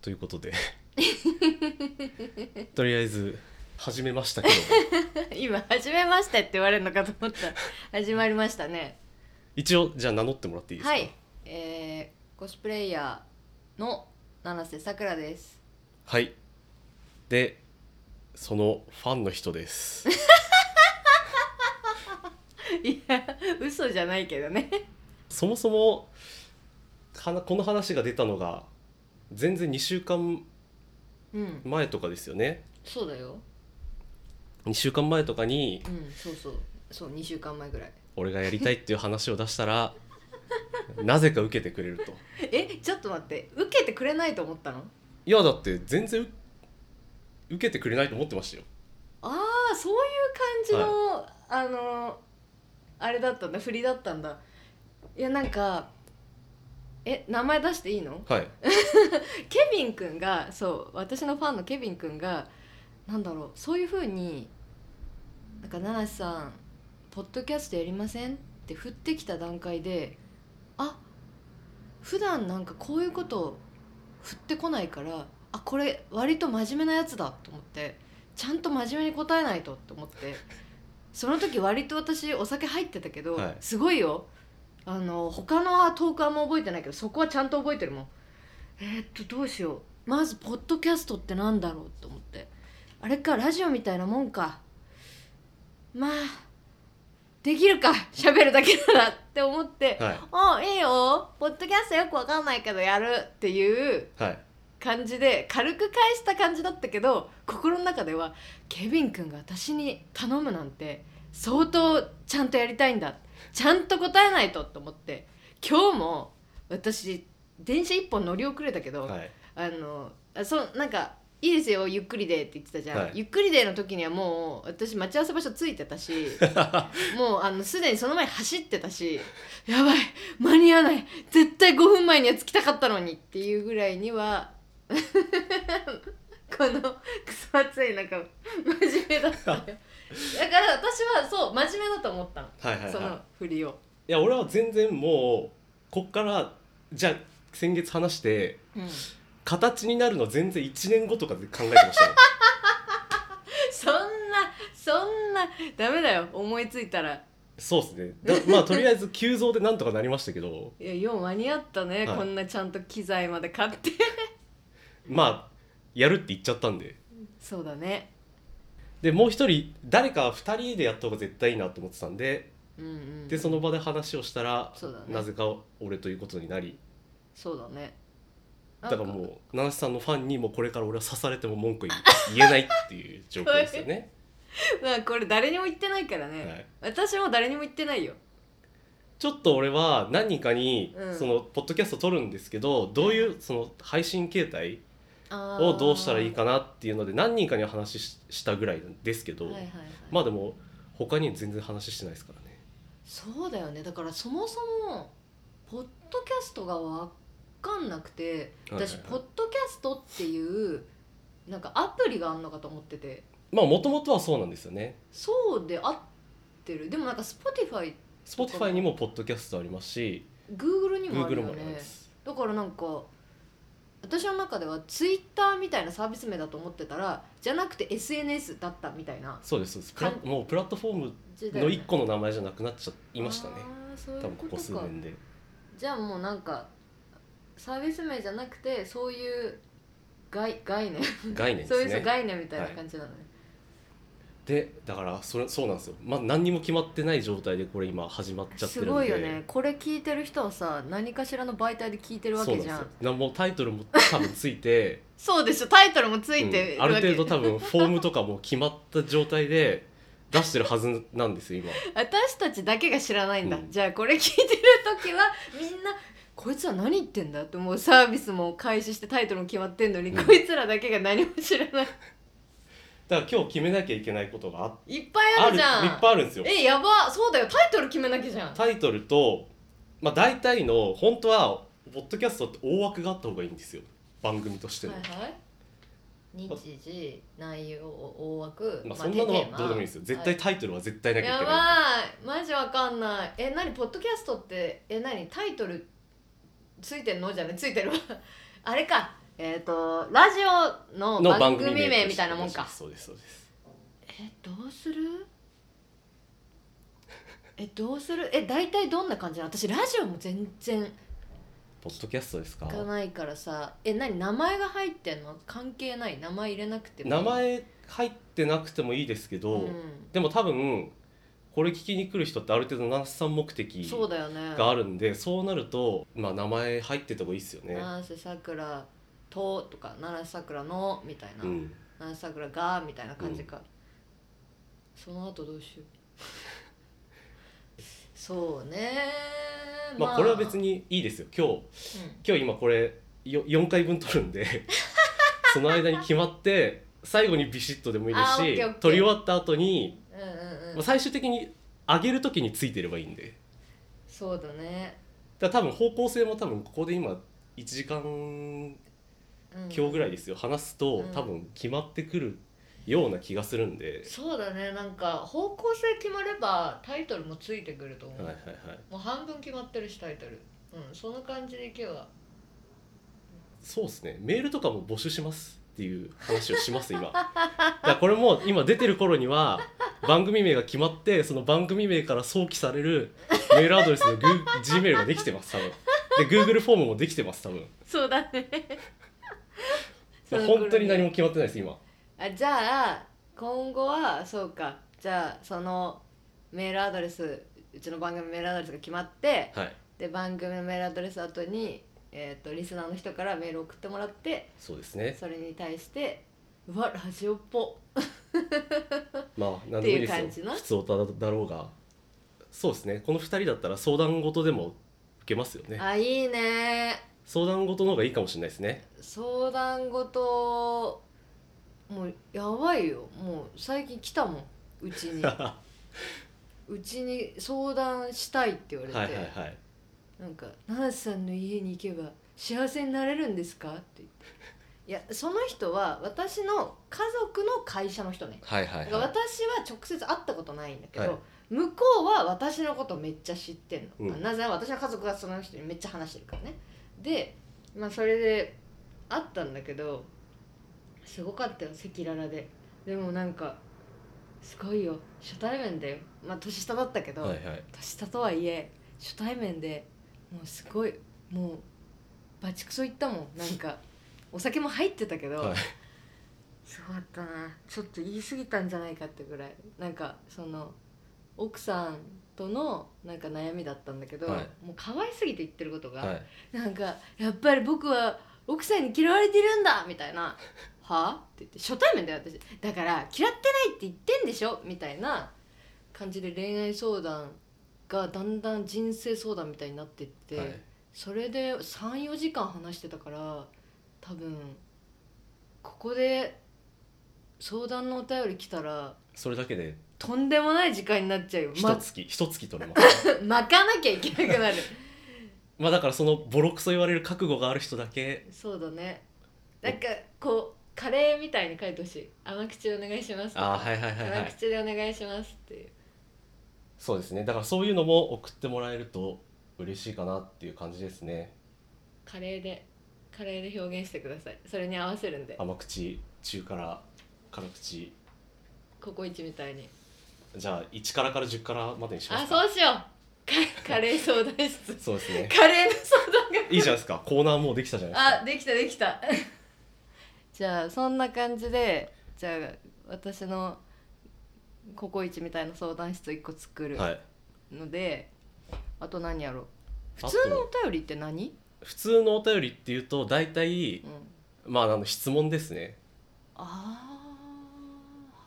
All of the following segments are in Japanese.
ということで とりあえず始めましたけど今「始めまして」って言われるのかと思ったら始まりましたね一応じゃあ名乗ってもらっていいですか、はい、えー、コスプレイヤーの七瀬さくらですはいでそのファンの人ですいや嘘じゃないけどねそもそもはなこの話が出たのが全然2週間うん前とかですよねそうだよ2週間前とかにうんそうそうそう2週間前ぐらい俺がやりたいっていう話を出したらなぜか受けてくれるとえちょっと待って受けてくれないと思ったのいやだって全然う受けてくれないと思ってましたよああそういう感じの、あのあれだったんだ振りだったんだいやなんかえ名前出していいのはいケビン君がそう私のファンのケビン君がなんだろうそういうふうになんか七瀬さんポッドキャストやりませんって振ってきた段階であ普段なんかこういうこと振ってこないからあこれ割と真面目なやつだと思ってちゃんと真面目に答えないとと思ってその時割と私お酒入ってたけど、はいすごいよあの他のトークあんま覚えてないけどそこはちゃんと覚えてるもんえーっとどうしようまずポッドキャストってなんだろうと思ってあれかラジオみたいなもんかまあできるか 喋るだけならって思ってはい「おいいよポッドキャストよくわかんないけどやる」っていうはい感じで軽く返した感じだったけど心の中ではケビン君が私に頼むなんて相当ちゃんとやりたいんだちゃんと答えないとと思って今日も私電車一本乗り遅れたけど、はいあのあそうなんか「いいですよゆっくりで」って言ってたじゃん、はいゆっくりでの時にはもう私待ち合わせ場所ついて たしもうあのすでにその前に走ってたしやばい間に合わない絶対5分前には着きたかったのにっていうぐらいには このクソ暑い中真面目だったよだから私はそう真面目だと思ったの、はいはいそのは振りを、いいや俺は全然もうこっからじゃあ先月話してうん、形になるの全然1年後とかで考えてました よ そんなそんなダメだよ思いついたら。そうですねだまあとりあえず急増でなんとかなりましたけどいやよう間に合ったね、はいこんなちゃんと機材まで買って まあやるって言っちゃったんでそうだねでもう一人誰か2人でやった方が絶対いいなと思ってたんでうんうんでその場で話をしたら、そうだねなぜか俺ということになりそうだねだからもう七瀬さんのファンにもうこれから俺は刺されても文句言えないっていう状況ですよね。 うまあこれ誰にも言ってないからね、はい私も誰にも言ってないよちょっと俺は何人かに、うんそのポッドキャスト撮るんですけどどういうその配信形態あーをどうしたらいいかなっていうので何人かには話ししたぐらいですけど、はいはいはいまあでも他には全然話してないですからね。そうだよねだからそもそもポッドキャストが分かんなくて私、はいはいポッドキャストっていうなんかアプリがあんのかと思っててまあもともとはそうなんですよね。そうで合ってるでもなんか Spotify Spotify にもポッドキャストありますし Google にもある Google よもありねます。だからなんか私の中ではツイッターみたいなサービス名だと思ってたらじゃなくて SNS だったみたいなそうですそうですプラかんもうプラットフォーム時代の一個の名前じゃなくなっちゃいましたねあーそうい多う分こここと数とか年でじゃあもうなんかサービス名じゃなくてそういう概概念概念でそうすいうね概念みたいな感じなのね、でだからそれそうなんですよまあ何にも決まってない状態でこれ今始まっちゃってするんですごいよねこれ聞いてる人はさ何かしらの媒体で聞いてるわそうけなんでじすよゃんそうなもうタイトルも多分ついてでしょタイトルも ついてうるんあわけ、る程度多分フォームとかも決まった状態で出してるはずなんですよ今私たちだけが知らないんだ、うんじゃあこれ聞いてる時はみんなこいつは何言ってんだってもうサービスも開始してタイトルも決まってんのに、うんこいつらだけが何も知らないだから今日決めなきゃいけないことがあいっぱいああるるじゃんいっぱいあるんですよえやばそうだよタイトル決めなきゃじゃんタイトルと、まあ、大体の本当はポッドキャストって大枠があった方がいいんですよ番組としての、はい日時内容大枠まあ、そんなのはどうでもいいですよ絶対はタイトルは絶対なきゃいけやない、ばいマジわかんないえ何ポッドキャストってえ何タイトルついてんのじゃねついてるわ あれかえっ、とラジオのの番番組組名みたいなもんとかしてそうですそうですえどうするえどうするえ大体どんな感じなの私ラジオも全然ポッドキャストですか聞かないからさえ何名前が入ってんの関係ない名前入れなくても名前入ってなくてもいいですけど、うでも多分これ聞きに来る人ってある程度ナースさん目ん、的そうだよねがあるんでそうなると、まあ、名前入ってた方がいいですよね。七瀬さくらととか七瀬さくらのみたいな、うん、七瀬さくらがみたいな感じか、その後どうしよう そうねまあこれは別、にいいですよ今日うん今日今これよ4回分撮るん でその間に決まって最後にビシッとでもいいであすーオッしケーオッケー撮り終わった後に、うんうんうまあ、ん、最終的に上げる時についてればいいんでそうだね、だから多分方向性も多分ここで今1時間うん今日ぐらいですよ話すと、うん多分決まってくるような気がするんで、そうだねなんか方向性決まればタイトルもついてくると思う、はいはいはいもう半分決まってるしタイトルうんその感じでいけばそうですねメールとかも募集しますっていう話をします今 だからこれも今出てる頃には番組名が決まってその番組名から想起されるメールアドレスの Google Gmail ができてます多分で Google フォームもできてます多分そうだね本当に何も 決まってないです今あじゃあ今後はそうかじゃあそのメールアドレスうちの番組のメールアドレスが決まってはいで番組のメールアドレス後にえっ、とリスナーの人からメール送ってもらってそうですねそれに対してうわラジオっぽまあ何でもいいでっていう感すじよの普通おただろうがそうですねこの2人だったら相談事でも受けますよねあいいね相談事の方がいいかもしれないですね相談事もうやばいよもう最近来たもんうち にうちに相談したいって言われて、はいはいはいなんか「七瀬さんの家に行けば幸せになれるんですか?」って言っていやその人は私の家族の会社の人ねはいはだいからは私は直接会ったことないんだけど、はい向こうは私のことめっちゃ知ってんの、うんなぜなら私の家族がその人にめっちゃ話してるからねで、まあ、それで会ったんだけどすごかったよ赤裸々ででもなんかすごいよ初対面だよまあ年下だったけいど、はいはい年下とはいえ初対面でもうすごいもうバチクソ言ったもんなん かお酒も入ってたけど、はいすごかったなちょっと言い過ぎたんじゃないかってぐらいなんかその奥さんとのなんか悩みだったんだけど、はいもう可愛すぎて言ってることが、はいなんかやっぱり僕は奥さんに嫌われてるんだみたいな「はあ?」って言って初対面だよ私だから嫌ってないって言ってんでしょみたいな感じで恋愛相談がだんだん人生相談みたいになってって、はいそれで34時間話してたから多分ここで相談のお便り来たらそれだけでとんでもない時間になっちゃうよ、一ま、月一月取れます、 巻かなきゃいけなくなるまあだからそのボロクソ言われる覚悟がある人だけそうだねなんかこうカレーみたいに書いてほしい甘口でお願いしますとかあーはいはいはいは辛い口でお願いしますっていうそうですねだからそういうのも送ってもらえると嬉しいかなっていう感じですねカレーでカレーで表現してくださいそれに合わせるんで甘口中辛辛口ココイチみたいにじゃあ1辛から10辛までにしまあすかそうしよう カカレー相談室そうですねカレーの相談がいいじゃないですかコーナーもうできたじゃないですかあできたできた じゃあそんな感じでじゃあ私のココイチみたいな相談室1個作るはい、ので、あと何やろうあと普通のお便りって何、普通のお便りっていうと大体うん、まああの質問ですねあ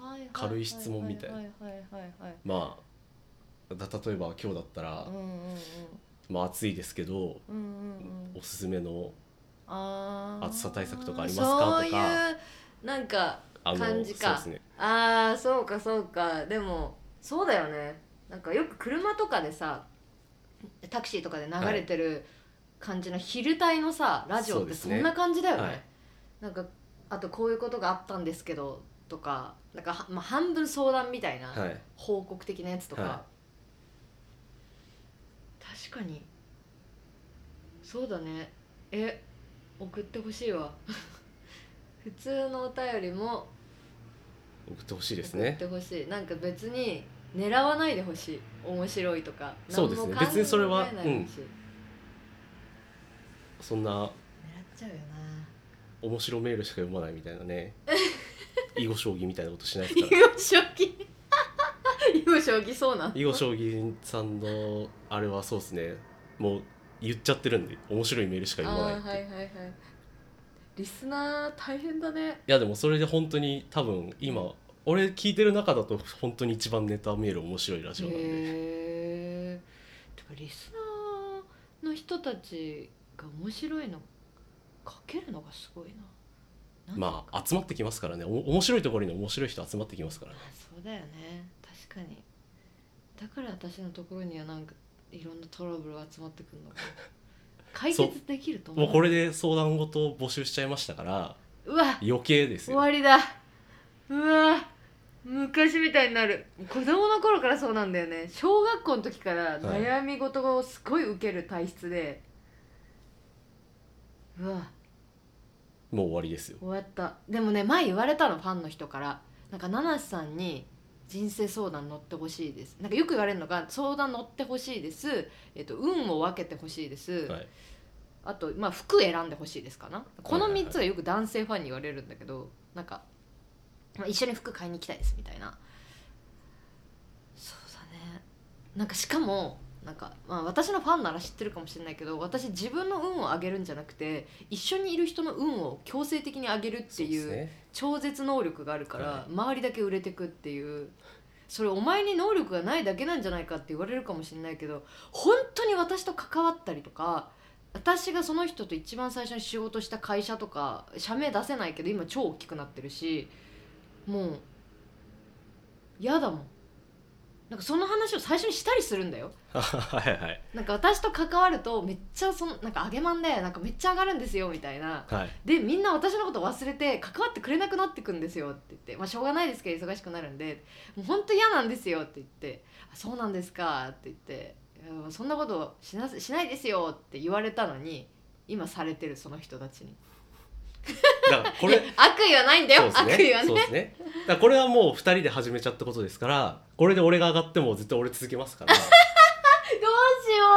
ーはいはいはいはいはいはいはい軽い質問みたいなはいはいはいはいまあだ例えば今日だったら、うんうんまあ暑いですけどうんうんうんうんおすすめのあー暑さ対策とかありますかそうといかうなんかあの感じかそうですねあーそうかそうかでもそうだよねなんかよく車とかでさタクシーとかで流れてる感じの昼帯のさラジオそっうてですそねんな感じだよねはいなんかあとこういうことがあったんですけどとかなんかは、まあ、半分相談みたいなはい報告的なやつとか、は確かにそうだねえ送ってほしいわ 普通のお便りも送ってほしいです送っねてほしいなんか別に狙わないでほしい面白いとかそうですね何も別にそれは考えないでほしいそんな狙っちゃうよな面白メールしか読まないみたいな ね囲碁将棋みたいなことしないです囲 から碁将棋囲碁将棋そうなん囲碁将棋さんのあれはそうですねもう言っちゃってるんで面白いメールしか読まないあっーて、はいい、はいはいリスナー大変だねやでもそれで本当に多分今俺聞いてる中だと本当に一番ネタメール面白いラジオなんで、へえてかリスナーの人たちが面白いの書けるのがすごいななんていうまかあ集まってきますからねお面白いところに面白い人集まってきますからねあそうだよね確かにだから私のところにはなんかいろんなトラブルが集まってくるのかな解そう決できると思もううこれで相談事を募集しちゃいましたからうわ余計です終よわりだうわ昔みたいになる子供の頃からそうなんだよね小学校の時から悩み事をすごい受ける体質で、うわもう終わりですよ終わったでもね前言われたのファンの人からなんか七瀬さんに人生相談乗ってほしいですなんかよく言われるのが相談乗ってほしいです、えっと運を分けてほしいです、はいあと、まあ、服選んでほしいですかなこのはいはい3はいつがよく男性ファンに言われるんだけどなんか、まあ、一緒に服買いに行きたいですみたいなそうだねなんかしかもなんか、まあ、私のファンなら知ってるかもしれないけど私自分の運を上げるんじゃなくて一緒にいる人の運を強制的に上げるってそういでうすね超絶能力があるから、は周りだけ売れてくっていうそれお前に能力がないだけなんじゃないかって言われるかもしれないけど本当に私と関わったりとか私がその人と一番最初に仕事した会社とか社名出せないけど今超大きくなってるしもう嫌だもんなんかその話を最初にしたりするんだよ はいはいなんか私と関わるとめっちゃそのなんか上げまんでなんかめっちゃ上がるんですよみたいなはいでみんな私のこと忘れて関わってくれなくなってくんですよって言って、まあ、しょうがないですけど忙しくなるんでもう本当嫌なんですよって言ってあそうなんですかって言っていやそんなことしなしないですよって言われたのに今されてるその人たちにだからこ いやれ悪意はないんだよ、そう悪です意ねはそうねですねだからこれはもう2人で始めちゃったことですからこれで俺が上がっても絶対俺続けますから どお俺だうしよう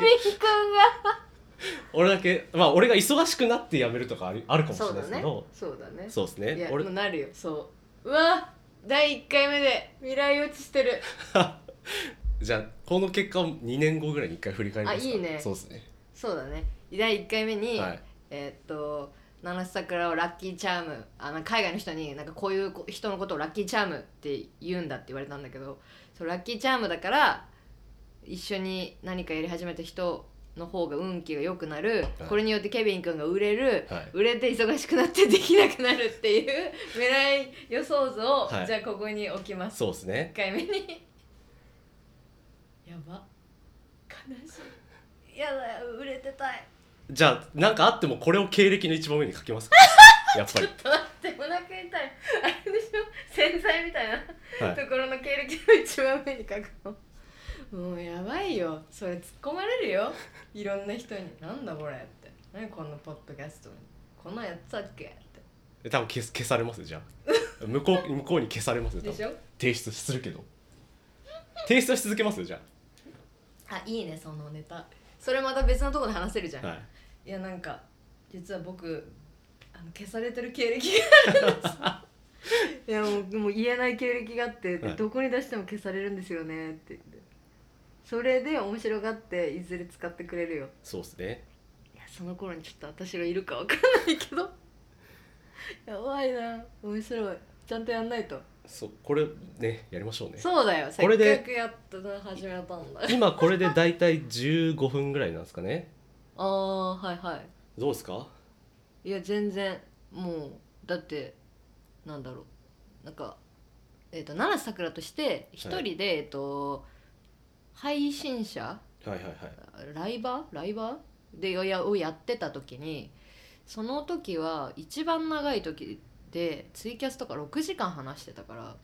けみーくんが俺だけまあ俺が忙しくなって辞めるとかありあるかもしれそなういだですけねどそうだねそうですねいや俺もうなるよそううわ第1回目で未来落ちしてる じゃあこの結果を2年後ぐらいに1回振り返りますかあいいねそうですね、そうだね第1回目に、はい、えーっと七瀬桜をラッキーチャームあの海外の人になんかこういうこ人のことをラッキーチャームって言うんだって言われたんだけどそのラッキーチャームだから一緒に何かやり始めた人の方が運気が良くなる、はいこれによってケビン君が売れる、はい売れて忙しくなってできなくなるっていう 未来予想図を、はいじゃあここに置きますそうですね1回目にやば悲しいやだよ売れてたいじゃあなんかあってもこれを経歴の一番上に書き ますかやっぱちょりっ、と待ってお腹痛いあれでしょ洗剤みたいなはい、ところの経歴の一番目に書くのもうやばいよそれ突っ込まれるよいろんな人に「なんだこれ」って「何こんなポッドキャストこんなんやってたっけ?」っ多分消す消されますよじゃあ向こう向こうに消されますよて多でし分ょ提出するけど提出はし続けますよじゃあいいねそのネタそれまた別のとこで話せるじゃん、あ、はい、い、やなんか実は僕あの消されてる経歴があるんです いやもうもう言えない経歴があって、はいどこに出しても消されるんですよねって言ってそれで面白がっていずれ使ってくれるよそうですねいやその頃にちょっと私がいるかわかんないけど やばいな面白いちゃんとやんないとそうこれねやりましょうねそうだよせっこれでかくやったな始めたんだ今これで大体15分ぐらいなんですかねああはいはいどうですかいや全然もうだってなんだろうなんか、えー、と七瀬さくらとして一人で、えっと配信者はいはいはいライバーライバーでやをやってた時にその時は一番長い時でツイキャスとか6時間話してたから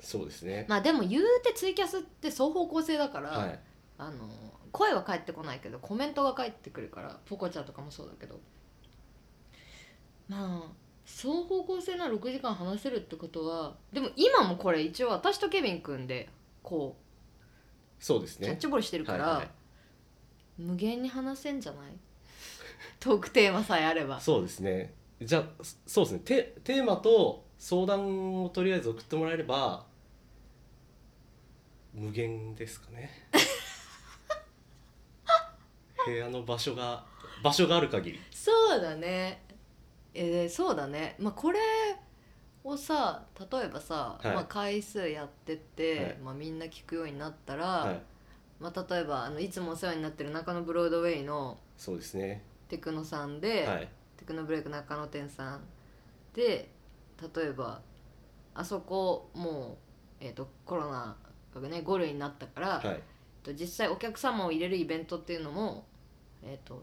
そうですね、まあでも言うてツイキャスって双方向性だから、はいあの声は返ってこないけどコメントが返ってくるからポコちゃんとかもそうだけどまあ双方向性な6時間話せるってことはでも今もこれ一応私とケビン君でこそうですうキャッねチボールしてるから、はいはい無限に話せんじゃない トークテーマさえあればそうですねじゃあそそうですねテテーマと相談をとりあえず送ってもらえれば無限ですか ね部屋の場所が場所がある限りそうだねえーそうだねまあこれをさ例えばさ、はいまあ、回数やってって、はいまあ、みんな聞くようになったら、はいまあ、例えばあのいつもお世話になってる中野ブロードウェイのそうですねテクノさんで、はいテクノブレイク中野店さんで例えばあそこもう、えー、とコロナがね5類になったから、はいえっと実際お客様を入れるイベントっていうのも、えー、と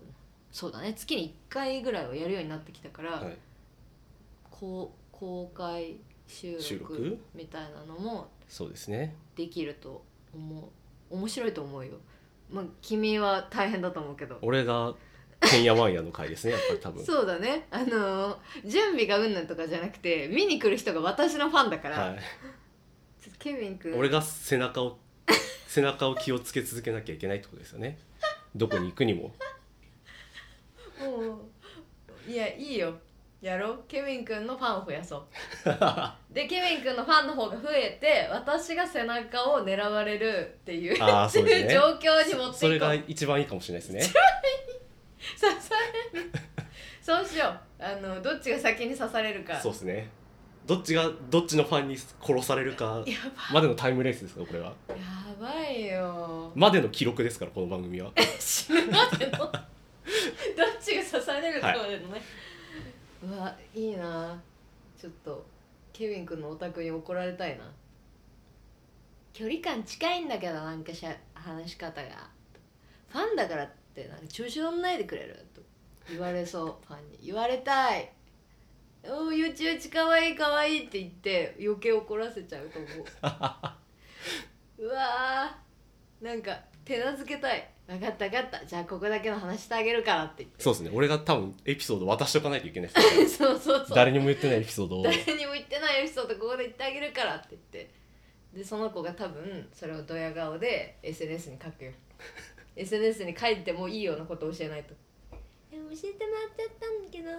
そうだね月に1回ぐらいはやるようになってきたから、はいこう公開収収録録みたいなのもそうですねできると思う面白いと思うよ。まあ、君は大変だと思うけど俺がてんやわんやの回ですねやっぱり多分そうだねあのー準備がうんぬんとかじゃなくて見に来る人が私のファンだから、はいちょっとケビン君俺が背中を背中を気をつけ続けなきゃいけないってことですよねどこに行くに ももういやいいよやろうケビン君のファンを増やそう あでケビン君のファンの方が増えて私が背中を狙われるっていうあーそうですね 状況に持っていこうそれ が一番いいかもしれないですね刺されるそうしようあのどっちが先に刺されるかそうですねどっちがどっちのファンに殺されるかやまでのタイムレースですかこれはばやばいよまでの記録ですからこの番組は死ぬまでのどっちが刺されるかまでのね、うわいいなちょっとケビン君のお宅に怒られたいな距離感近いんだけどなんかしゃ話し方がファンだからってなんか調子乗んないでくれると言われそうファンに言われたいおーよちよちかわいいかわいいって言って余計怒らせちゃうと思ううわーなんか手なずけたい分かった分かったじゃあここだけの話してあげるからって言ってそうですね俺が多分エピソード渡しとかないといけないですね そうそうそう誰にも言ってないエピソードを誰にも言ってないエピソードここで言ってあげるからって言ってでその子が多分それをドヤ顔で SNS に書 くよ SNS に書いてもいいようなことを教えないと教えてもらっちゃったんだけど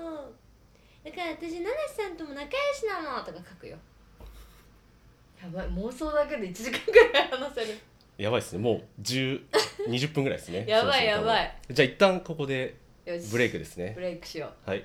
だから私ナナシさんとも仲良しなのとか書くよやばい妄想だけで1時間ぐらい話せるやばいですねもう10 20分ぐらいですね やばいそろそろ多分やばいじゃあ一旦ここでよしブレイクですねブレイクしようはい